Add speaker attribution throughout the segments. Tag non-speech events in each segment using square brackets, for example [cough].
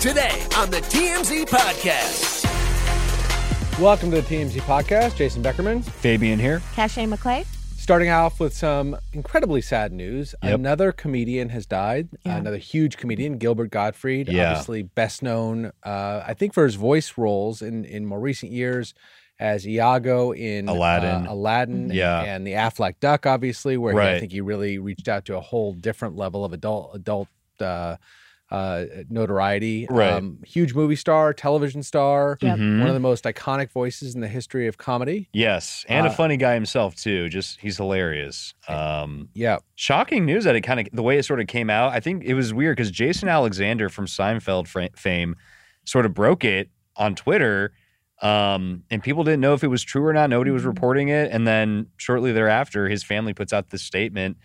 Speaker 1: today on the TMZ Podcast.
Speaker 2: Welcome to the TMZ podcast. Jason Beckerman.
Speaker 3: Fabian here.
Speaker 4: Cache McClay.
Speaker 2: Starting off with some incredibly sad news.
Speaker 3: Yep.
Speaker 2: Another comedian has died.
Speaker 4: Yeah.
Speaker 2: Another huge comedian, Gilbert Gottfried.
Speaker 3: Yeah.
Speaker 2: Obviously, best known, uh, I think, for his voice roles in, in more recent years as Iago in uh,
Speaker 3: Aladdin.
Speaker 2: Aladdin
Speaker 3: Yeah.
Speaker 2: and, the Affleck Duck, obviously, where he- I
Speaker 3: Right.
Speaker 2: think he really reached out to a whole different level of adult adult uh, uh, notoriety. Um,
Speaker 3: Right.
Speaker 2: huge movie star, television star,
Speaker 4: Yep.
Speaker 3: Mhm.
Speaker 2: one of the most iconic voices in the history of comedy.
Speaker 3: yes, and
Speaker 2: Uh,
Speaker 3: a funny guy himself too. Just he's hilarious. Um,
Speaker 2: Yeah.
Speaker 3: shocking news that it kind of the way it sort of came out. I think it was weird because Jason Alexander from Seinfeld fra- fame sort of broke it on Twitter, um, and people didn't know if it was true or not. Nobody was
Speaker 2: Mm-hmm.
Speaker 4: Mhm.
Speaker 3: reporting it, and then shortly thereafter, his family puts out this statement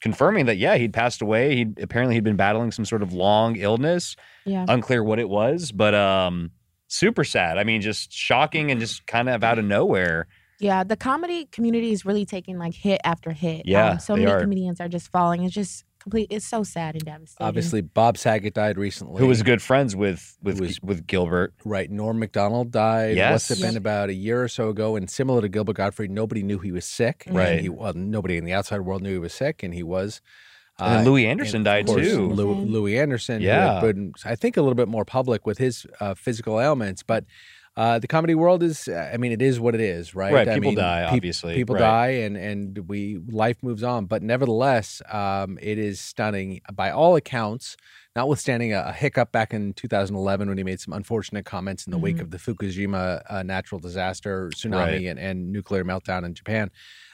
Speaker 3: confirming that yeah, he'd passed away. He apparently he'd been battling some sort of long illness.
Speaker 4: Yeah.
Speaker 3: unclear what it was, but um, super sad. I mean, just shocking and just kind of out of nowhere.
Speaker 4: Yeah. The comedy community is really taking like hit after hit. Um,
Speaker 3: Yeah,
Speaker 4: so
Speaker 3: they
Speaker 4: many
Speaker 3: are.
Speaker 4: comedians are just falling. It's just complete. It's so sad and devastating.
Speaker 2: Obviously, Bob Saget died recently.
Speaker 3: Who was good friends with with
Speaker 2: Who was-
Speaker 3: with Gilbert?
Speaker 2: right? Norm Macdonald died. What's
Speaker 3: Yes.
Speaker 2: it been about a year or so ago? And similar to Gilbert Gottfried, nobody knew he was sick. and
Speaker 3: Right.
Speaker 2: he, well, nobody in the outside world knew he was sick, and he was. uh,
Speaker 3: And then Louis Anderson died
Speaker 2: of course,
Speaker 3: too.
Speaker 2: Lou, Louis Anderson, who
Speaker 3: Yeah.
Speaker 2: had been, I think, a little bit more public with his uh, physical ailments, but. Uh, the comedy world is, I mean, it is what it is, right?
Speaker 3: Right,
Speaker 2: I
Speaker 3: people
Speaker 2: mean,
Speaker 3: die,
Speaker 2: peop-
Speaker 3: obviously,
Speaker 2: people
Speaker 3: right.
Speaker 2: die, and and we life moves on. But nevertheless, um, it is stunning by all accounts. Notwithstanding a, a hiccup back in 2011 when he made some unfortunate comments in the wake
Speaker 4: Mhm.
Speaker 2: of the Fukushima uh, natural disaster, tsunami,
Speaker 3: Mm-hmm. Right.
Speaker 2: and, and nuclear meltdown in Japan,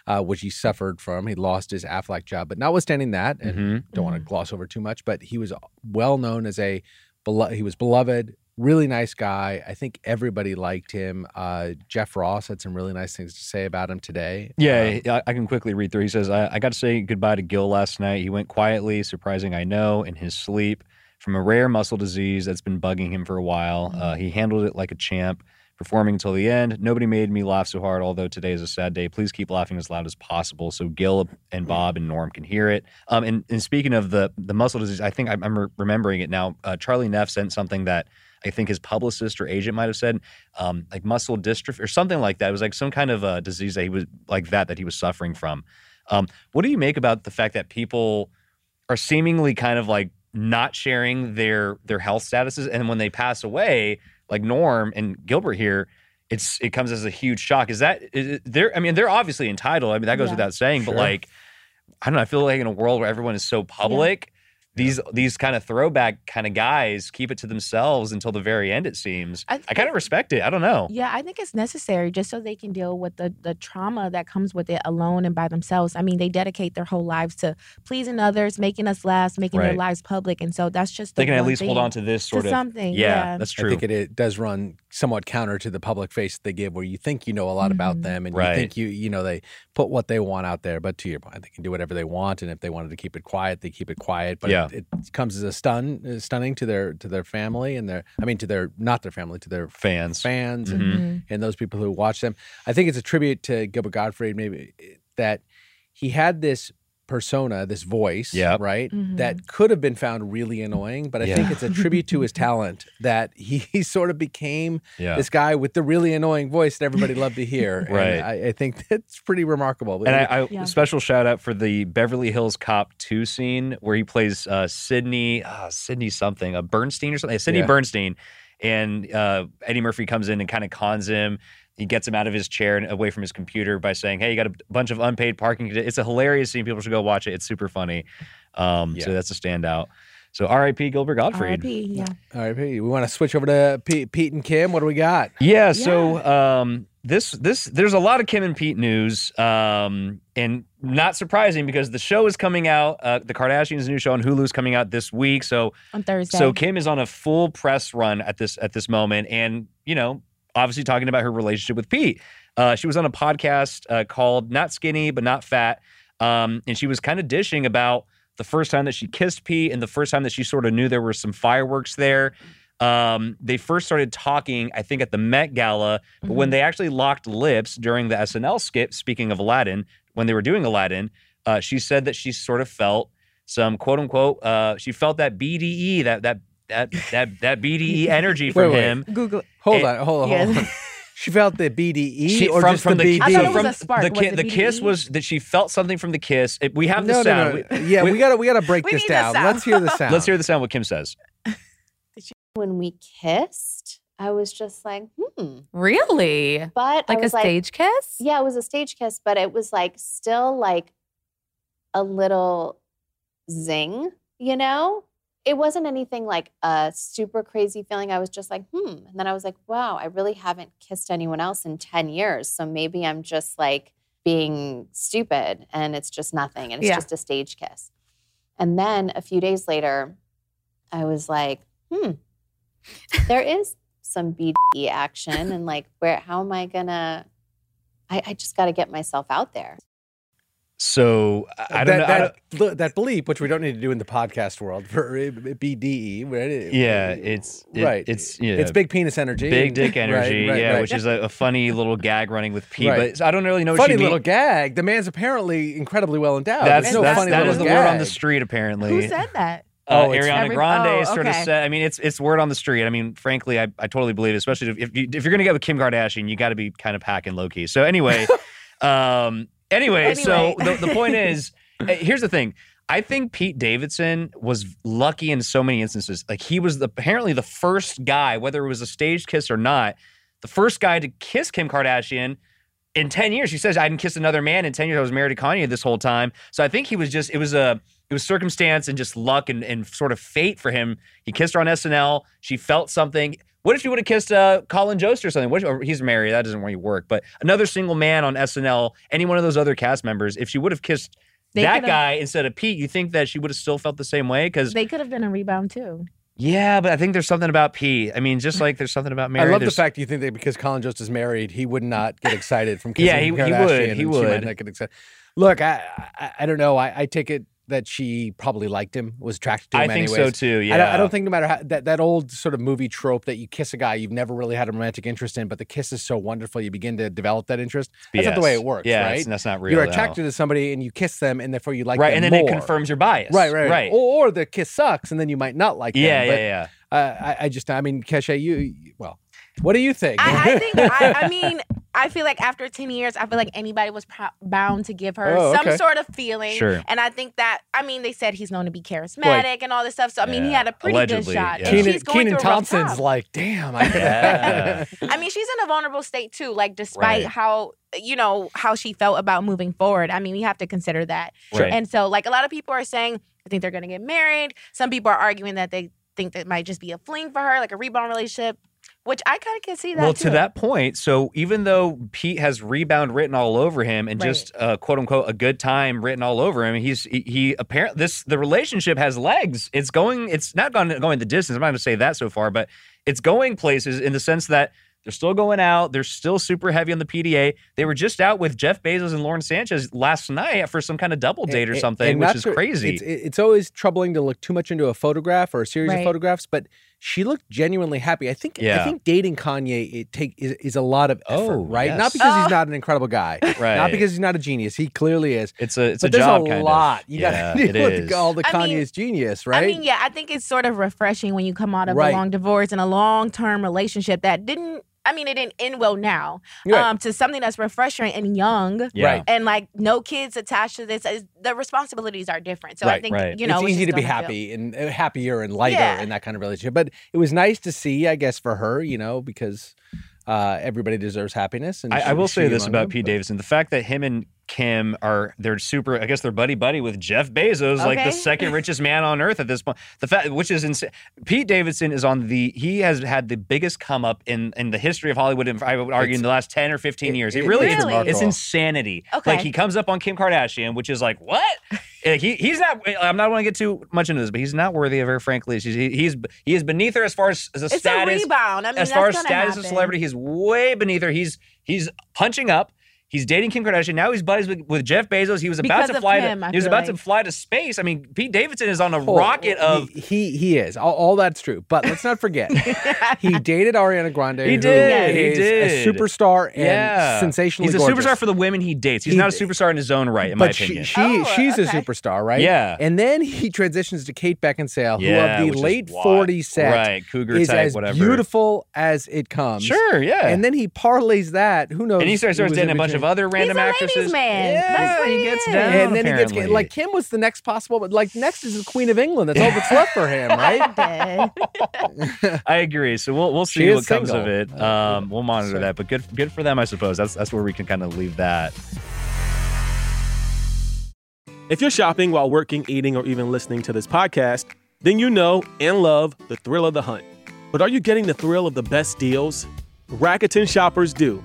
Speaker 2: uh, which he suffered from. He lost his Affleck job, but notwithstanding that, and
Speaker 3: Mhm.
Speaker 2: don't want to gloss over too much, but he was well known as a belo- he was beloved, really nice guy. I think everybody liked him. Uh, Jeff Ross had some really nice things to say about him today.
Speaker 3: Yeah,
Speaker 2: Um,
Speaker 3: I, I can quickly read through. He says, I, I got to say goodbye to Gil last night. He went quietly, surprising, I know, in his sleep from a rare muscle disease that's been bugging him for a while. Uh, he handled it like a champ, performing until the end. Nobody made me laugh so hard, although today is a sad day. Please keep laughing as loud as possible so Gil and Bob and Norm can hear it. Um, and, and speaking of the, the muscle disease, I think I'm- I'm re- remembering it now. Uh, Charlie Neff sent something that I think his publicist or agent might have said, um, like muscle dystrophy or something like that. It was like some kind of a disease that he was like that that he was suffering from. Um, what do you make about the fact that people are seemingly kind of like not sharing their their health statuses, and when they pass away, like Norm and Gilbert here, it's it comes as a huge shock. Is that is it, they're I mean they're obviously entitled. I mean that goes
Speaker 4: Yeah.
Speaker 3: without saying,
Speaker 2: Sure.
Speaker 3: but like I don't know. I feel like in a world where everyone is so public. These these kind of throwback kind of guys keep it to themselves until the very end. It seems
Speaker 4: I-
Speaker 3: I, kind of respect it. I don't know.
Speaker 4: Yeah, I think it's necessary just so they can deal with the, the trauma that comes with it alone and by themselves. I mean, they dedicate their whole lives to pleasing others, making us laugh, making their
Speaker 3: Right.
Speaker 4: lives public. And so that's just the
Speaker 3: they can at
Speaker 4: one
Speaker 3: least hold
Speaker 4: thing.
Speaker 3: on to this sort of
Speaker 4: something,
Speaker 3: Yeah,
Speaker 4: yeah.
Speaker 3: that's
Speaker 2: I
Speaker 3: true.
Speaker 2: think it, it does run somewhat counter to the public face that they give, where you think you know a lot about
Speaker 4: Mhm.
Speaker 2: them, and you
Speaker 3: Mm-hmm. Right.
Speaker 2: think you you know they put what they want out there. But to your point, they can do whatever they want, and if they wanted to keep it quiet, they keep it quiet. But
Speaker 3: Yeah.
Speaker 2: it, it comes as a stun, uh, stunning to their to their family and their I mean to their not their family to their
Speaker 3: fans.
Speaker 2: fans and
Speaker 3: Mhm.
Speaker 4: Mhm.
Speaker 2: and those people who watch them. I think it's a tribute to Gilbert Gottfried, maybe that he had this persona, this voice,
Speaker 3: Yep.
Speaker 2: right,
Speaker 4: Mhm.
Speaker 2: that could have been found really annoying. But I
Speaker 3: Yeah.
Speaker 2: think it's a tribute to his talent that he, he sort of became
Speaker 3: Yeah.
Speaker 2: this guy with the really annoying voice that everybody loved to
Speaker 3: [laughs]
Speaker 2: hear.
Speaker 3: Right.
Speaker 2: And I, I think that's pretty remarkable.
Speaker 3: and I, I
Speaker 4: Yeah.
Speaker 3: special shout out for the Beverly Hills Cop 2 scene where he plays uh, Sydney, uh, Sydney something, a Bernstein or something, Sydney
Speaker 2: Yeah.
Speaker 3: Bernstein. And uh, Eddie Murphy comes in and kind of cons him. He gets him out of his chair and away from his computer by saying, Hey, you got a bunch of unpaid parking. It's a hilarious scene. People should go watch it. It's super funny. Um, So
Speaker 2: Yeah.
Speaker 3: that's a standout. So RIP Gilbert Gottfried.
Speaker 4: R.I.P., yeah.
Speaker 2: All right, Pete, we want to switch over to Pete, Pete and Kim. What do we got?
Speaker 3: Yeah, so um this this there's a lot of Kim and Pete news um and not surprising because the show is coming out uh the Kardashians new show on Hulu's coming out this week. So
Speaker 4: On Thursday.
Speaker 3: so Kim is on a full press run at this at this moment, and you know, obviously talking about her relationship with Pete. Uh, she was on a podcast uh, called "Not Skinny but Not Fat," um, and she was kind of dishing about the first time that she kissed Pete and the first time that she sort of knew there were some fireworks there. Um, they first started talking, I think, at the Met Gala, but
Speaker 2: Mm-hmm.
Speaker 3: when they actually locked lips during the SNL skit, speaking of Aladdin, when they were doing Aladdin, uh, she said that she sort of felt some quote unquote uh, she felt that BDE that that that that that BDE energy
Speaker 2: [laughs]
Speaker 3: from
Speaker 2: wait.
Speaker 3: him.
Speaker 4: Google. it.
Speaker 2: Hold
Speaker 3: It-
Speaker 2: on, hold on,
Speaker 4: Yeah.
Speaker 2: hold on. [laughs] She felt the BDE
Speaker 3: She-
Speaker 2: or just the, E? BD.
Speaker 4: I thought it was
Speaker 3: from
Speaker 4: a spark.
Speaker 3: the,
Speaker 4: Was
Speaker 3: ki-
Speaker 4: it E?
Speaker 3: the kiss
Speaker 4: BDE?
Speaker 3: was that she felt something from the kiss. It- we have the
Speaker 2: no,
Speaker 3: sound.
Speaker 2: no, no. Yeah, we, gotta we gotta break
Speaker 4: We
Speaker 2: this
Speaker 4: need the
Speaker 2: down.
Speaker 4: sound.
Speaker 2: Let's hear the
Speaker 3: We-
Speaker 2: sound.
Speaker 3: let's hear the sound. What Kim says.
Speaker 5: when we kissed, I was just like, hmm.
Speaker 6: Really?
Speaker 5: But
Speaker 4: Mm-hmm.
Speaker 5: I
Speaker 6: Like a
Speaker 5: was like,
Speaker 6: stage kiss?
Speaker 5: yeah, it was a stage kiss, but it was like still like a little zing, you know? It wasn't anything like a super crazy feeling. I was just like, hmm. And then I was like, wow, I really haven't kissed anyone else in 10 years. So maybe I'm just like being stupid and it's just nothing. And it's
Speaker 6: Yeah.
Speaker 5: just a stage kiss. And then a few days later, I was like, hmm, there is some BDE action. And like, where, how am I gonna? I, I just gotta get myself out there.
Speaker 3: So I, I don't
Speaker 2: that,
Speaker 3: know. I
Speaker 2: That, bl- that bleep, which we don't need to do in the podcast world for uh, BDE. right?
Speaker 3: don't- yeah, it's it-
Speaker 2: right.
Speaker 3: It's yeah,
Speaker 2: It's big penis energy.
Speaker 3: big
Speaker 2: and-
Speaker 3: dick
Speaker 2: [laughs] right,
Speaker 3: energy.
Speaker 2: right,
Speaker 3: yeah,
Speaker 2: right.
Speaker 3: which is a, a funny little gag running with P.
Speaker 2: Right.
Speaker 3: But I don't really know. What
Speaker 2: funny
Speaker 3: she mean-
Speaker 2: little gag. The man's apparently incredibly well endowed.
Speaker 3: That's,
Speaker 2: Oh, There's no
Speaker 3: that's
Speaker 2: funny
Speaker 3: that
Speaker 2: little
Speaker 3: is the word on the
Speaker 2: gag.
Speaker 3: street. Apparently,
Speaker 4: Who said that?
Speaker 3: uh,
Speaker 2: Oh, it's-
Speaker 3: Ariana
Speaker 4: Every-
Speaker 3: Grande
Speaker 4: oh,
Speaker 3: sort of
Speaker 4: okay.
Speaker 3: said. I mean, it's it's word on the street. I mean, frankly, I, I totally believe, it, especially if if, you, if you're gonna get with Kim Kardashian, you got to be kind of hacking low key. So
Speaker 4: [laughs]
Speaker 3: anyway, um, anyway, so the,
Speaker 4: Anyway.
Speaker 3: the point
Speaker 4: [laughs]
Speaker 3: is, uh, here's the thing. I think Pete Davidson was lucky in so many instances. Like he was the, apparently the first guy, whether it was a staged kiss or not, the first guy to kiss Kim Kardashian in 10 years. She says, I didn't kiss another man in 10 years. I was married to Kanye this whole time. So I think he was just, it was a, it was circumstance and just luck and, and sort of fate for him. He kissed her on SNL. She felt something. What if she would have kissed uh, Colin Jost or something? What if- or he's married. That doesn't really work. But another single man on SNL, any one of those other cast members, if she would have kissed
Speaker 4: They
Speaker 3: that
Speaker 4: could've-
Speaker 3: guy instead of Pete, you think that she would have still felt the same way? Because,
Speaker 4: They could have done a rebound too.
Speaker 3: yeah, but I think there's something about Pete. I mean, just like there's something about Mary.
Speaker 2: I love the
Speaker 3: there's-
Speaker 2: fact you think that because Colin Jost is married, he would not get excited from kissing
Speaker 3: [laughs] Yeah, he- he
Speaker 2: Kardashian.
Speaker 3: would,
Speaker 2: and
Speaker 3: he
Speaker 2: she might
Speaker 3: would.
Speaker 2: not get excited. Look, I, I I don't know. I, I take it that she probably liked him, was attracted to
Speaker 3: I
Speaker 2: him.
Speaker 3: think
Speaker 2: anyways.
Speaker 3: so too. Yeah.
Speaker 2: I don't, I don't think no matter how that, that old sort of movie trope that you kiss a guy you've never really had a romantic interest in, but the kiss is so wonderful you begin to develop that interest. That's not the
Speaker 3: BS.
Speaker 2: way it works,
Speaker 3: Yeah,
Speaker 2: right?
Speaker 3: it's- that's not real.
Speaker 2: You're
Speaker 3: though.
Speaker 2: attracted to somebody and you kiss them, and therefore you like
Speaker 3: right,
Speaker 2: them
Speaker 3: and then it
Speaker 2: more.
Speaker 3: confirms your bias.
Speaker 2: Right, right,
Speaker 3: right.
Speaker 2: Or, or the kiss sucks, and then you might not like
Speaker 3: yeah,
Speaker 2: them.
Speaker 3: yeah,
Speaker 2: but,
Speaker 3: yeah.
Speaker 2: Uh, I, I just, I mean, Kesha, you, well, what do you think?
Speaker 4: I, I think. I,
Speaker 3: [laughs]
Speaker 4: I mean, I feel like after ten years, I feel like anybody was pro- bound to give her
Speaker 2: Oh,
Speaker 4: some
Speaker 2: okay.
Speaker 4: sort of feeling.
Speaker 3: Sure.
Speaker 4: And I think that. I mean, they said he's known to be charismatic
Speaker 2: Like-
Speaker 4: and all this stuff. So I mean, he
Speaker 3: Yeah.
Speaker 4: had a pretty
Speaker 3: Allegedly,
Speaker 4: good shot.
Speaker 3: yeah.
Speaker 4: And
Speaker 2: Keenan,
Speaker 4: she's going
Speaker 2: Keenan
Speaker 4: through a rough
Speaker 2: Thompson's
Speaker 4: time.
Speaker 2: like, damn.
Speaker 3: [laughs]
Speaker 2: I, [laughs]
Speaker 3: Yeah.
Speaker 4: I mean, she's in a vulnerable state too. Like, despite
Speaker 3: Right.
Speaker 4: how you know how she felt about moving forward. I mean, we have to consider that.
Speaker 3: Right.
Speaker 4: And so, like, a lot of people are saying, I think they're going to get married. Some people are arguing that they think that might just be a fling for her, like a rebound relationship, which I kind of can see that.
Speaker 3: well,
Speaker 4: too.
Speaker 3: to that point, so even though Pete has rebound written all over him and
Speaker 4: Right.
Speaker 3: just uh, quote unquote a good time written all over him, he's he, he apparently this the relationship has legs. It's going. It's not going going the distance. I'm not going to say that so far, but it's going places in the sense that. They're still going out. They're still super heavy on the PDA. They were just out with Jeff Bezos and Lauren Sanchez last night for some kind of double date or
Speaker 2: And-
Speaker 3: something,
Speaker 2: and
Speaker 3: which
Speaker 2: not
Speaker 3: is
Speaker 2: to-
Speaker 3: crazy.
Speaker 2: It's, it- it's always troubling to look too much into a photograph or a series of
Speaker 4: Right.
Speaker 2: photographs, but she looked genuinely happy. I think. I
Speaker 3: Yeah.
Speaker 2: think dating Kanye it take is, is a lot of effort,
Speaker 3: Oh,
Speaker 2: right?
Speaker 3: yes.
Speaker 2: Not because
Speaker 4: Oh.
Speaker 2: he's not an incredible guy,
Speaker 3: right.
Speaker 2: not because he's not a genius. He clearly is.
Speaker 3: It's a it's
Speaker 2: but
Speaker 3: a
Speaker 2: there's
Speaker 3: job
Speaker 2: a
Speaker 3: kind of.
Speaker 2: lot. You got to [laughs]
Speaker 3: Yeah,
Speaker 2: deal
Speaker 3: it
Speaker 2: with
Speaker 3: is.
Speaker 2: all the
Speaker 4: I mean-
Speaker 2: Kanye's genius, right?
Speaker 4: I mean, yeah, I think it's sort of refreshing when you come out of
Speaker 2: Right.
Speaker 4: a long divorce and a long term relationship that didn't. I mean, it didn't end well now.
Speaker 2: Right.
Speaker 4: Um, to something that's refreshing and young,
Speaker 3: Yeah.
Speaker 2: Right.
Speaker 4: and like no kids attached to this. is- The responsibilities are different, so I
Speaker 2: Right,
Speaker 4: think
Speaker 3: right.
Speaker 4: you know
Speaker 2: it's easy
Speaker 4: just
Speaker 2: to be
Speaker 4: gonna feel-
Speaker 2: happy and uh, happier and lighter
Speaker 4: Yeah.
Speaker 2: in that kind of relationship. But it was nice to see, I guess, for her, you know, because uh, everybody deserves happiness. And
Speaker 3: I,
Speaker 2: she-
Speaker 3: I will
Speaker 2: she
Speaker 3: say this
Speaker 2: among
Speaker 3: about
Speaker 2: them,
Speaker 3: Pete
Speaker 2: but-
Speaker 3: Davidson: the fact that him and Kim are they're super. I guess they're buddy buddy with Jeff Bezos, like the
Speaker 4: Okay. [laughs]
Speaker 3: second richest man on earth at this point. The fact, which is insane. Pete Davidson is on the he has had the biggest come up in in the history of Hollywood. And I would argue
Speaker 2: It's-
Speaker 3: in the last ten or fifteen
Speaker 2: it-
Speaker 3: years,
Speaker 2: it-
Speaker 3: he really
Speaker 4: it's
Speaker 3: is.
Speaker 4: remarkable.
Speaker 3: It's insanity.
Speaker 4: Okay.
Speaker 3: Like he comes up on Kim Kardashian, which is like
Speaker 4: [laughs]
Speaker 3: what? Uh, he he's not. I'm not want to get too much into this, but he's not worthy of her. Frankly, She's- he, he's he is beneath her as far as, as a
Speaker 4: It's
Speaker 3: status
Speaker 4: a rebound. I mean,
Speaker 3: as far as
Speaker 4: Mm, that's gonna
Speaker 3: status
Speaker 4: happen.
Speaker 3: of celebrity, he's way beneath her. He's he's punching up. He's dating Kim Kardashian. Now he's buddies with, with Jeff Bezos. He was about
Speaker 4: Because
Speaker 3: to
Speaker 4: of
Speaker 3: fly.
Speaker 4: him,
Speaker 3: to,
Speaker 4: I
Speaker 3: he was
Speaker 4: feel
Speaker 3: about to
Speaker 4: like.
Speaker 3: fly to space. I mean, Pete Davidson is on a
Speaker 2: Oh,
Speaker 3: rocket of.
Speaker 2: he he, he is all, all that's true. But let's not
Speaker 3: [laughs]
Speaker 2: forget he dated Ariana Grande.
Speaker 3: He
Speaker 2: who
Speaker 3: did, he
Speaker 2: is a
Speaker 3: did.
Speaker 2: superstar and
Speaker 3: yeah,
Speaker 2: sensationally
Speaker 3: He's a
Speaker 2: gorgeous.
Speaker 3: superstar for the women he dates. He's
Speaker 2: He-
Speaker 3: not a superstar in his own right, in my
Speaker 2: but she,
Speaker 3: opinion.
Speaker 2: she
Speaker 4: Oh,
Speaker 2: she's a
Speaker 4: okay.
Speaker 2: superstar, right?
Speaker 3: Yeah.
Speaker 2: And then he transitions to Kate Beckinsale,
Speaker 3: yeah,
Speaker 2: who of
Speaker 3: which
Speaker 2: the
Speaker 3: is
Speaker 2: late
Speaker 3: wild.
Speaker 2: 40 set
Speaker 3: right? Cougar
Speaker 2: is
Speaker 3: type,
Speaker 2: as
Speaker 3: whatever.
Speaker 2: beautiful as it comes.
Speaker 3: Sure, yeah.
Speaker 2: And then he parlays that. Who knows?
Speaker 3: And he starts,
Speaker 2: who
Speaker 3: starts
Speaker 2: was in
Speaker 3: dating a bunch of
Speaker 2: between.
Speaker 3: other random
Speaker 4: a ladies'
Speaker 3: actresses.
Speaker 4: man.
Speaker 3: Yeah,
Speaker 4: That's what
Speaker 3: he
Speaker 4: he
Speaker 3: gets
Speaker 4: is.
Speaker 3: down.
Speaker 2: and then he gets
Speaker 3: apparently.
Speaker 2: like Kim was the next possible, but like next is the Queen of England. That's all that's left for him, right?
Speaker 4: Dead.
Speaker 3: I agree. So we'll we'll
Speaker 2: She
Speaker 3: see
Speaker 2: is
Speaker 3: what comes of
Speaker 2: single.
Speaker 3: it.
Speaker 2: Uh,
Speaker 3: Um, we'll monitor
Speaker 2: so-
Speaker 3: that, but good good for them, I suppose. That's that's where we can kind of leave that.
Speaker 6: If you're shopping while working, eating, or even listening to this podcast, then you know and love the thrill of the hunt. But are you getting the thrill of the best deals? Rakuten shoppers do.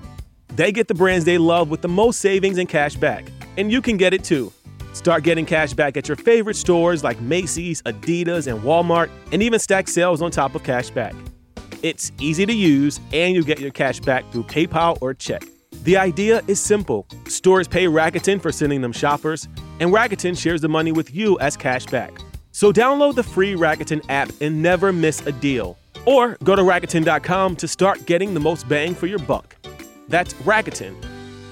Speaker 6: They get the brands they love with the most savings and cash back, and you can get it too. Start getting cash back at your favorite stores like Macy's, Adidas, and Walmart, and even stack sales on top of cash back. It's easy to use, and you get your cash back through PayPal or check. The idea is simple stores pay Rakuten for sending them shoppers, and Rakuten shares the money with you as cash back. So download the free Rakuten app and never miss a deal. Or go to Rakuten.com to start getting the most bang for your buck. That's Rakuten,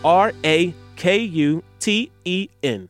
Speaker 6: R A K U T E N.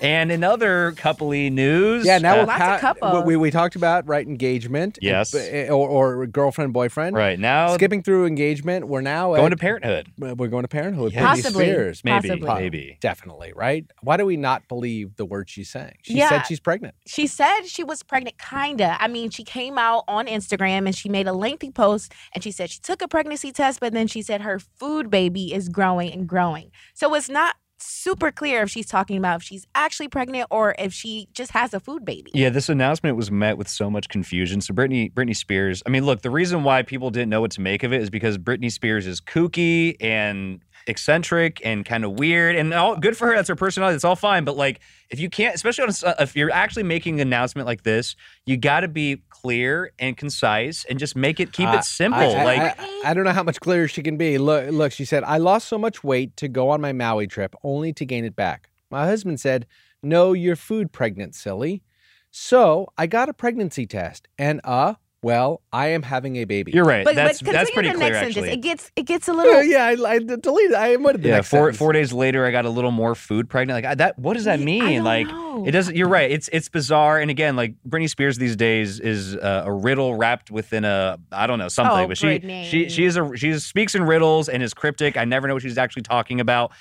Speaker 3: And another coupley news.
Speaker 2: Yeah, now
Speaker 3: Uh,
Speaker 2: we'll
Speaker 4: Lots of
Speaker 2: pa-
Speaker 4: couples.
Speaker 2: we, we talked about right engagement, eh,
Speaker 3: Yes.
Speaker 2: or, or girlfriend boyfriend.
Speaker 3: right now
Speaker 2: Skipping through engagement, we're now
Speaker 3: going to
Speaker 2: at,
Speaker 3: parenthood.
Speaker 2: we're going to parenthood.
Speaker 3: Yeah.
Speaker 2: Britney
Speaker 4: Possibly.
Speaker 2: Spears,
Speaker 3: Maybe,
Speaker 4: Possibly.
Speaker 3: maybe.
Speaker 2: Definitely, right? Why do we not believe the word she's saying? She
Speaker 4: Yeah.
Speaker 2: said she's pregnant.
Speaker 4: she said she was pregnant, kinda. I mean, she came out on Instagram and she made a lengthy post and she said she took a pregnancy test, but then she said her food baby is growing and growing. So it's not super clear if she's talking about if she's actually pregnant or if she just has a food baby.
Speaker 3: Yeah, this announcement was met with so much confusion. So Britney Britney Spears. I mean, look, the reason why people didn't know what to make of it is because Britney Spears is kooky and eccentric and kind of weird and all good for her that's her personality it's all fine but like if you can't especially on, a- if you're actually making an announcement like this you got to be clear and concise and just make it keep
Speaker 2: I-
Speaker 3: it simple
Speaker 2: I, I-
Speaker 3: like
Speaker 2: I, I don't know how much clearer she can be. Look, look, she said, I lost so much weight to go on my Maui trip only to gain it back. My husband said, No, you're food pregnant, silly. So I got a pregnancy test, and uh, well, I am having a baby.
Speaker 3: you're right
Speaker 4: But,
Speaker 3: that's
Speaker 4: but
Speaker 3: that's
Speaker 4: continue
Speaker 3: pretty
Speaker 4: the
Speaker 3: clear
Speaker 4: next sentence.
Speaker 3: actually
Speaker 4: It gets it gets
Speaker 2: [laughs]
Speaker 4: a
Speaker 2: Oh,
Speaker 4: little
Speaker 2: yeah, I, I deleted. I omitted the
Speaker 3: yeah,
Speaker 2: next
Speaker 3: four
Speaker 2: sentence.
Speaker 3: four days later, I got a little more food pregnant. Like I, that, what does that
Speaker 4: Yeah, I
Speaker 3: mean?
Speaker 4: don't
Speaker 3: like
Speaker 4: know.
Speaker 3: it doesn't. You're right. It's it's bizarre. And again, like Britney Spears these days is uh, a riddle wrapped within a I don't know something.
Speaker 4: Oh,
Speaker 3: but she
Speaker 4: Britney.
Speaker 3: she she is a she speaks in riddles and is cryptic. I never know what she's actually talking about.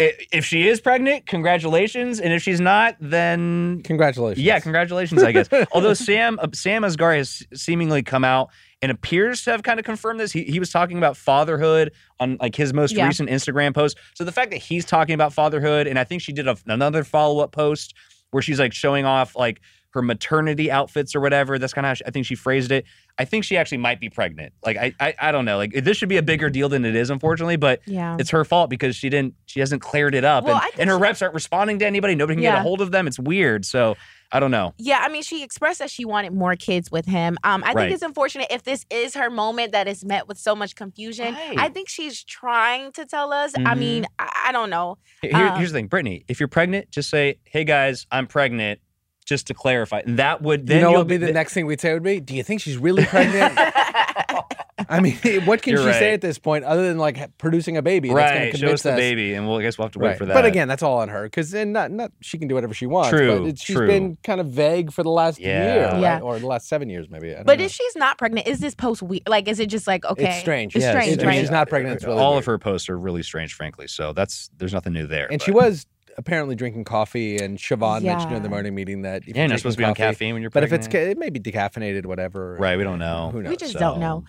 Speaker 3: I- If she is pregnant, congratulations. And if she's not, then
Speaker 2: Congratulations. [laughs]
Speaker 3: yeah, congratulations, I guess. Although Sam uh, Sam Asghar has seemingly come out and appears to have kind of confirmed this. He, he was talking about fatherhood on like his most
Speaker 4: Yeah.
Speaker 3: recent Instagram post. So the fact that he's talking about fatherhood, and I think she did a, another follow up post where she's like showing off like her maternity outfits or whatever. That's kind of how she, I think she phrased it. I think she actually might be pregnant. Like I, I I don't know. Like this should be a bigger deal than it is, unfortunately. But
Speaker 4: yeah.
Speaker 3: it's her fault because she didn't she hasn't cleared it up
Speaker 4: Well,
Speaker 3: and,
Speaker 4: I think
Speaker 3: and her
Speaker 4: she-
Speaker 3: reps aren't responding to anybody nobody can get a
Speaker 4: Yeah.
Speaker 3: hold of them it's weird so i don't know
Speaker 4: Yeah, I mean, she expressed that she wanted more kids with him. Um, I
Speaker 3: Right.
Speaker 4: think it's unfortunate if this is her moment that is met with so much confusion.
Speaker 3: Right.
Speaker 4: I think she's trying to tell us. I
Speaker 3: Mhm.
Speaker 4: mean, I, I don't know.
Speaker 3: Here- here-
Speaker 4: Um,
Speaker 3: here's the thing brittany if you're pregnant just say hey guys i'm pregnant just to clarify And that would then
Speaker 2: you know
Speaker 3: you'll
Speaker 2: what would be the
Speaker 3: th-
Speaker 2: next thing we'd say would be, do you think she's really
Speaker 3: [laughs]
Speaker 2: pregnant? I mean, [laughs] what can
Speaker 3: You're
Speaker 2: she say
Speaker 3: right.
Speaker 2: at this point other than like producing a baby that's going
Speaker 3: right
Speaker 2: to
Speaker 3: show
Speaker 2: convince
Speaker 3: us the baby and we'll I guess we'll have to wait
Speaker 2: Right.
Speaker 3: for that
Speaker 2: But again, that's all on her because then not not she can do whatever she wants.
Speaker 3: True,
Speaker 2: but it, she's
Speaker 3: true.
Speaker 2: been kind of vague for the last year,
Speaker 3: Yeah.
Speaker 2: right?
Speaker 4: Yeah.
Speaker 2: or the last seven years maybe. I don't
Speaker 4: But
Speaker 2: know.
Speaker 4: if she's not pregnant, is this post weird? Like, is it just like okay?
Speaker 2: it's strange.
Speaker 4: It's
Speaker 3: Yeah, it's
Speaker 4: strange,
Speaker 2: I mean,
Speaker 3: strange.
Speaker 2: she's not pregnant. It's really
Speaker 3: all
Speaker 2: weird.
Speaker 3: of her posts are really strange frankly so that's there's nothing new there
Speaker 2: and she
Speaker 3: but-
Speaker 2: was apparently drinking coffee. And Siobhan mentioned in the
Speaker 4: Yeah.
Speaker 2: morning meeting that if
Speaker 3: yeah, you're not supposed to be on
Speaker 2: drinking coffee-
Speaker 3: caffeine when you're
Speaker 2: But if
Speaker 3: pregnant.
Speaker 2: it's ca- it may be decaffeinated, whatever.
Speaker 3: Right, we don't know.
Speaker 2: Who knows?
Speaker 4: We just
Speaker 3: so-
Speaker 4: don't know.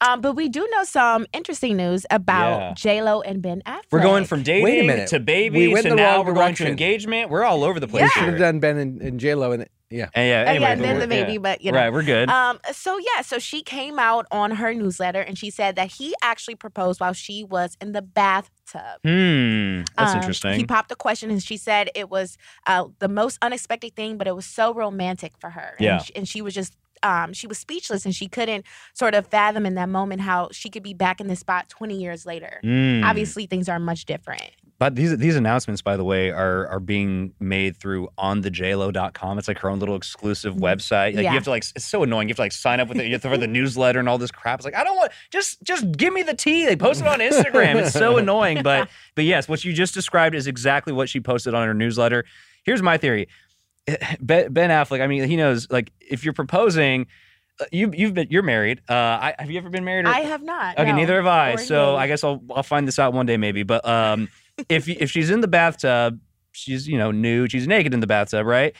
Speaker 4: Um, but we do know some interesting news about
Speaker 3: Yeah.
Speaker 4: J Lo and Ben Affleck. Uh,
Speaker 3: we're going from dating
Speaker 2: minute.
Speaker 3: to
Speaker 2: We
Speaker 3: baby
Speaker 2: went
Speaker 3: to
Speaker 2: the
Speaker 3: now
Speaker 2: wrong
Speaker 3: we're
Speaker 2: direction.
Speaker 3: going to engagement we're all over the
Speaker 2: We
Speaker 3: place
Speaker 2: should
Speaker 3: here.
Speaker 2: have done Ben and, and J Lo and yeah.
Speaker 3: And yeah
Speaker 4: Oh,
Speaker 3: anyway
Speaker 4: yeah,
Speaker 3: but
Speaker 4: then
Speaker 3: we're-
Speaker 4: the baby,
Speaker 3: yeah.
Speaker 4: but you know.
Speaker 3: right we're good
Speaker 4: Um, so yeah, so she came out on her newsletter and she said that he actually proposed while she was in the bathtub.
Speaker 3: Hmm, that's
Speaker 4: Um, He
Speaker 3: interesting.
Speaker 4: popped a question and she said it was uh, the most unexpected thing, but it was so romantic for her.
Speaker 3: Yeah.
Speaker 4: And she, and she was just um, she was speechless and she couldn't sort of fathom in that moment how she could be back in this spot 20 years later.
Speaker 3: Mm.
Speaker 4: Obviously, things are much different.
Speaker 3: But these these announcements, by the way, are are being made through onthejlo.com. It's like her own little exclusive website. Like
Speaker 4: Yeah.
Speaker 3: you have to like it's so annoying. You have to like sign up with it. You have to for the newsletter and all this crap. It's like I don't want just just give me the tea. They post it on Instagram. It's so annoying. But but yes, what you just described is exactly what she posted on her newsletter. Here's my theory. [laughs] Ben Ben Affleck. I mean, he knows. Like, if you're proposing, you you've been you're married. Uh, I, have you ever been married? Or,
Speaker 4: I have not.
Speaker 3: Okay,
Speaker 4: no.
Speaker 3: neither have I.
Speaker 4: Or
Speaker 3: So
Speaker 4: you.
Speaker 3: I guess I'll I'll find this out one day maybe. But
Speaker 4: [laughs]
Speaker 3: um, if if she's in the bathtub, she's you know nude, she's naked in the bathtub, right?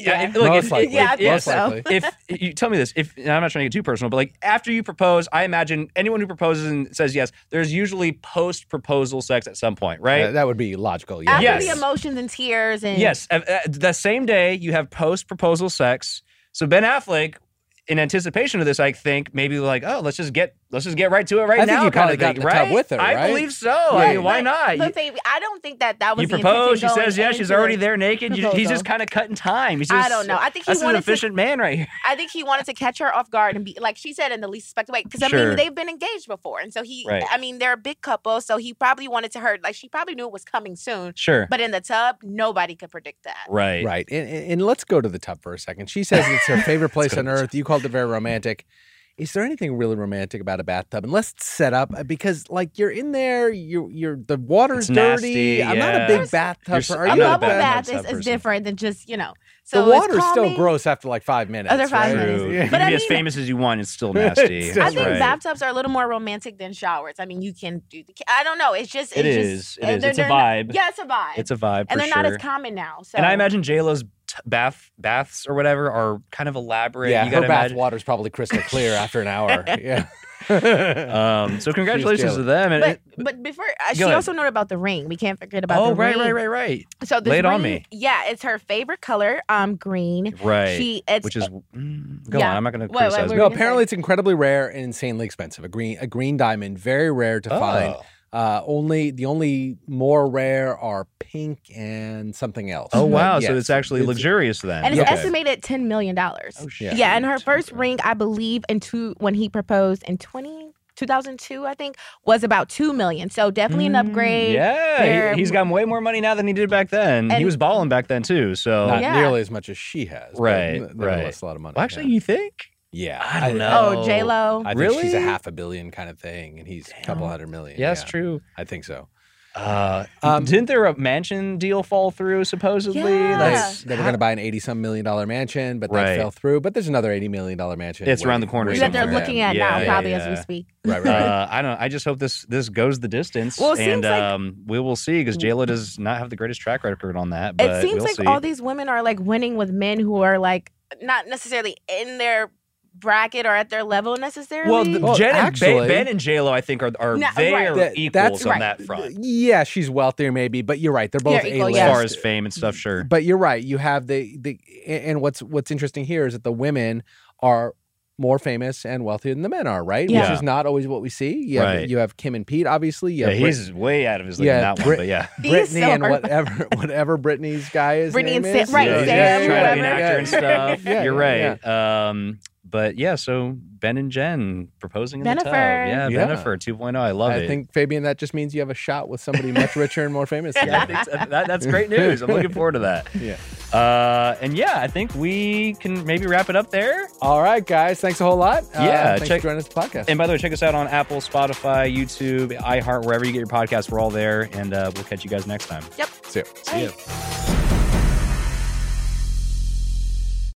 Speaker 4: Yeah.
Speaker 3: if- look,
Speaker 2: Most
Speaker 3: if-
Speaker 2: likely.
Speaker 4: yeah, I think
Speaker 2: Most
Speaker 4: so.
Speaker 2: likely.
Speaker 3: if you tell me this, if and I'm not trying to get too personal, but like after you propose, I imagine anyone who proposes and says yes, there's usually post proposal sex at some point, right?
Speaker 2: Uh, that would be logical. Yeah.
Speaker 4: After
Speaker 3: Yes.
Speaker 4: the emotions and tears and
Speaker 3: Yes, uh, uh, the same day you have post proposal sex. So Ben Affleck, in anticipation of this, I think maybe like, oh, let's just get let's just get right to it right
Speaker 2: I think
Speaker 3: now.
Speaker 2: you
Speaker 3: kind
Speaker 2: probably
Speaker 3: of
Speaker 2: got
Speaker 3: thing,
Speaker 2: in the tub
Speaker 3: right?
Speaker 2: with her,
Speaker 3: I
Speaker 2: right?
Speaker 3: believe so. Oh, I
Speaker 2: Right.
Speaker 3: mean, why not?
Speaker 4: But baby, I don't think that that was
Speaker 3: you
Speaker 4: the
Speaker 3: propose. She
Speaker 4: intention
Speaker 3: says
Speaker 4: going
Speaker 3: yes. She's
Speaker 4: into
Speaker 3: already
Speaker 4: it.
Speaker 3: there naked. You- He's
Speaker 4: proposal.
Speaker 3: just kind of cutting time. He's just,
Speaker 4: I don't know. I think he
Speaker 3: That's an
Speaker 4: wanted to
Speaker 3: efficient man right here.
Speaker 4: I think he wanted to catch her off guard and be like she said in the least suspected way because I
Speaker 3: Sure.
Speaker 4: mean they've been engaged before and so he
Speaker 3: Right.
Speaker 4: I mean they're a big couple so he probably wanted to hurt like she probably knew it was coming soon
Speaker 3: Sure.
Speaker 4: but in the tub nobody could predict that
Speaker 3: right.
Speaker 2: Right. And, and and let's go to the tub for a second. She says it's
Speaker 3: [laughs]
Speaker 2: her favorite place
Speaker 3: go to
Speaker 2: on
Speaker 3: the tub.
Speaker 2: earth. You called it very romantic. Is there anything really romantic about a bathtub? Unless it's set up, uh, because like you're in there, you you're the water's
Speaker 3: It's
Speaker 2: dirty.
Speaker 3: nasty,
Speaker 2: I'm not a
Speaker 3: yeah.
Speaker 2: big
Speaker 3: There's-
Speaker 2: bathtub.
Speaker 3: there's-
Speaker 2: per-
Speaker 3: I'm
Speaker 4: a
Speaker 2: Are you
Speaker 3: not
Speaker 2: a
Speaker 3: a
Speaker 4: bubble
Speaker 3: bad
Speaker 2: bad?
Speaker 4: bath is,
Speaker 3: person.
Speaker 4: is different than just you know so
Speaker 2: The
Speaker 4: it's
Speaker 2: water's still
Speaker 4: calming.
Speaker 2: gross after like five minutes.
Speaker 4: Other five
Speaker 2: right?
Speaker 4: minutes.
Speaker 3: True.
Speaker 4: But
Speaker 3: You can be
Speaker 4: I
Speaker 3: as
Speaker 4: mean-
Speaker 3: famous as you want.
Speaker 2: [laughs]
Speaker 3: It's still nasty.
Speaker 2: I
Speaker 4: I
Speaker 2: That's
Speaker 4: think
Speaker 3: right.
Speaker 4: bathtubs are a little more romantic than showers. I mean, you can do the. I don't know. It's just.
Speaker 3: It
Speaker 4: it's
Speaker 3: is.
Speaker 4: Just,
Speaker 3: It is.
Speaker 4: they're-
Speaker 3: It's a
Speaker 4: they're not-
Speaker 3: vibe.
Speaker 4: Yeah, it's a vibe.
Speaker 3: It's a vibe.
Speaker 4: and
Speaker 3: for
Speaker 4: they're not as
Speaker 3: sure.
Speaker 4: common now. So.
Speaker 3: And I imagine J Lo's bath baths or whatever are kind of
Speaker 2: [laughs]
Speaker 3: elaborate.
Speaker 2: Yeah,
Speaker 3: you
Speaker 2: her
Speaker 3: gotta
Speaker 2: bath
Speaker 3: imagine.
Speaker 2: water's probably crystal clear after an
Speaker 3: [laughs]
Speaker 2: hour. Yeah. [laughs]
Speaker 3: Um, so congratulations to
Speaker 2: jealous.
Speaker 3: them. And
Speaker 4: But
Speaker 3: it-
Speaker 4: but before uh,
Speaker 3: Go
Speaker 4: she
Speaker 3: ahead.
Speaker 4: also noted about the ring. We can't forget about
Speaker 3: oh,
Speaker 4: the
Speaker 3: right,
Speaker 4: ring.
Speaker 3: right, right, right,
Speaker 4: So this
Speaker 3: Lay it on
Speaker 4: ring-
Speaker 3: me.
Speaker 4: Yeah, it's her favorite color, um, green.
Speaker 3: right.
Speaker 4: She it's
Speaker 3: Which is mm, go
Speaker 4: yeah.
Speaker 3: on. I'm not going to
Speaker 4: Wait, wait,
Speaker 3: criticize.
Speaker 4: wait,
Speaker 3: it.
Speaker 2: no,
Speaker 4: gonna
Speaker 2: apparently
Speaker 4: say-
Speaker 2: it's incredibly rare and insanely expensive. A green a green diamond, very rare to
Speaker 3: Oh.
Speaker 2: find. Uh, only the only more rare are pink and something else.
Speaker 3: Oh
Speaker 2: [laughs] But
Speaker 3: wow! so
Speaker 2: yes,
Speaker 3: it's actually luxurious then.
Speaker 4: and it's
Speaker 2: Okay.
Speaker 4: estimated ten million dollars.
Speaker 3: Oh,
Speaker 2: Yeah.
Speaker 3: shit.
Speaker 4: yeah, and her first
Speaker 3: Okay.
Speaker 4: ring, I believe, in two when he proposed in 20, 2002, I think, was about two million. So definitely an
Speaker 3: Mm,
Speaker 4: upgrade.
Speaker 3: Yeah,
Speaker 4: They're-
Speaker 3: he, has got way more money now than he did back then. he
Speaker 4: And-
Speaker 3: was balling back then too. So
Speaker 2: Not
Speaker 4: Oh. Yeah.
Speaker 2: nearly as much as she has. but
Speaker 3: Right,
Speaker 2: n-
Speaker 3: right.
Speaker 2: nevertheless, a lot of money.
Speaker 3: Well, actually,
Speaker 2: yeah.
Speaker 3: you think?
Speaker 2: yeah.
Speaker 3: I don't know.
Speaker 4: Oh, J Lo.
Speaker 2: I think she's a
Speaker 3: Really?
Speaker 2: half a billion kind of thing, and he's a couple
Speaker 3: Damn.
Speaker 2: hundred million.
Speaker 3: Yeah, that's
Speaker 2: yeah,
Speaker 3: true.
Speaker 2: I think so.
Speaker 3: Uh,
Speaker 2: Um,
Speaker 3: didn't there a mansion deal fall through supposedly?
Speaker 4: Yeah.
Speaker 3: That's
Speaker 2: They were going to buy an eighty-some million dollar mansion, but that
Speaker 3: Right.
Speaker 2: fell through. But there's another eighty million dollar mansion.
Speaker 3: It's around the
Speaker 2: waiting-
Speaker 3: corner
Speaker 2: waiting
Speaker 4: that they're
Speaker 2: for them.
Speaker 3: somewhere.
Speaker 4: looking at
Speaker 3: Yeah,
Speaker 4: now,
Speaker 3: yeah,
Speaker 4: probably as we
Speaker 3: yeah.
Speaker 4: speak.
Speaker 2: Right, right.
Speaker 3: Uh, I don't. know. I just hope this this goes the distance.
Speaker 4: Well, it seems
Speaker 3: and
Speaker 4: like- Mm.
Speaker 3: um, we will see because Jayla does not have the greatest track record on that. But
Speaker 4: it seems
Speaker 3: we'll
Speaker 4: like
Speaker 3: see.
Speaker 4: all these women are like winning with men who are like not necessarily in their bracket or at their level necessarily.
Speaker 3: Well, oh, the,
Speaker 2: Well,
Speaker 3: Jen and
Speaker 2: actually-
Speaker 3: ba- Ben and J Lo, I think, are are
Speaker 4: No,
Speaker 3: they
Speaker 4: right.
Speaker 3: are
Speaker 2: That-
Speaker 3: equals
Speaker 2: that's-
Speaker 3: on
Speaker 4: Right.
Speaker 3: that front
Speaker 2: Yeah, she's wealthier maybe, but you're right. They're both
Speaker 4: They're equal,
Speaker 2: A-list.
Speaker 3: as
Speaker 4: Yes.
Speaker 3: far as fame and stuff. Sure,
Speaker 2: But you're right. You have the the and what's what's interesting here is that the women are more famous and wealthier than the men are, right?
Speaker 3: Yeah.
Speaker 2: Which is not always what we see. You have,
Speaker 3: Right.
Speaker 2: you have Kim and Pete, obviously. You
Speaker 3: yeah,
Speaker 2: have Brit-
Speaker 3: he's way out of his league
Speaker 2: Yeah,
Speaker 3: in that
Speaker 2: Brit-
Speaker 3: one. But yeah,
Speaker 4: He's
Speaker 2: Brittany
Speaker 4: so
Speaker 2: and
Speaker 4: hard-
Speaker 2: whatever [laughs] whatever Brittany's guy is.
Speaker 4: Brittany and
Speaker 2: name
Speaker 4: Sa-
Speaker 2: is.
Speaker 4: [laughs] right,
Speaker 3: yeah,
Speaker 4: Sam,
Speaker 3: yeah, trying to be an
Speaker 4: whatever.
Speaker 3: actor and [laughs] stuff.
Speaker 2: Yeah,
Speaker 3: You're
Speaker 2: yeah,
Speaker 3: right. Um, but yeah, so Ben and Jen proposing in the tub.
Speaker 4: Bennifer.
Speaker 3: Yeah,
Speaker 2: Yeah.
Speaker 3: Bennifer 2.0. oh, I love
Speaker 2: I
Speaker 3: it.
Speaker 2: think Fabian, that just means you have a shot with somebody much richer and more famous. Than
Speaker 3: [laughs] yeah, I
Speaker 2: you.
Speaker 3: think so. that, that's great news. I'm looking forward to that.
Speaker 2: Yeah.
Speaker 3: Uh, and yeah, I think we can maybe wrap it up there.
Speaker 2: All right, guys. Thanks a whole lot. Uh,
Speaker 3: Yeah,
Speaker 2: thanks
Speaker 3: check-
Speaker 2: for joining us at the podcast.
Speaker 3: And by the way, check us out on Apple, Spotify, YouTube, iHeart, wherever you get your podcasts. We're all there, and uh, we'll catch you guys next time.
Speaker 2: See ya.
Speaker 4: Bye.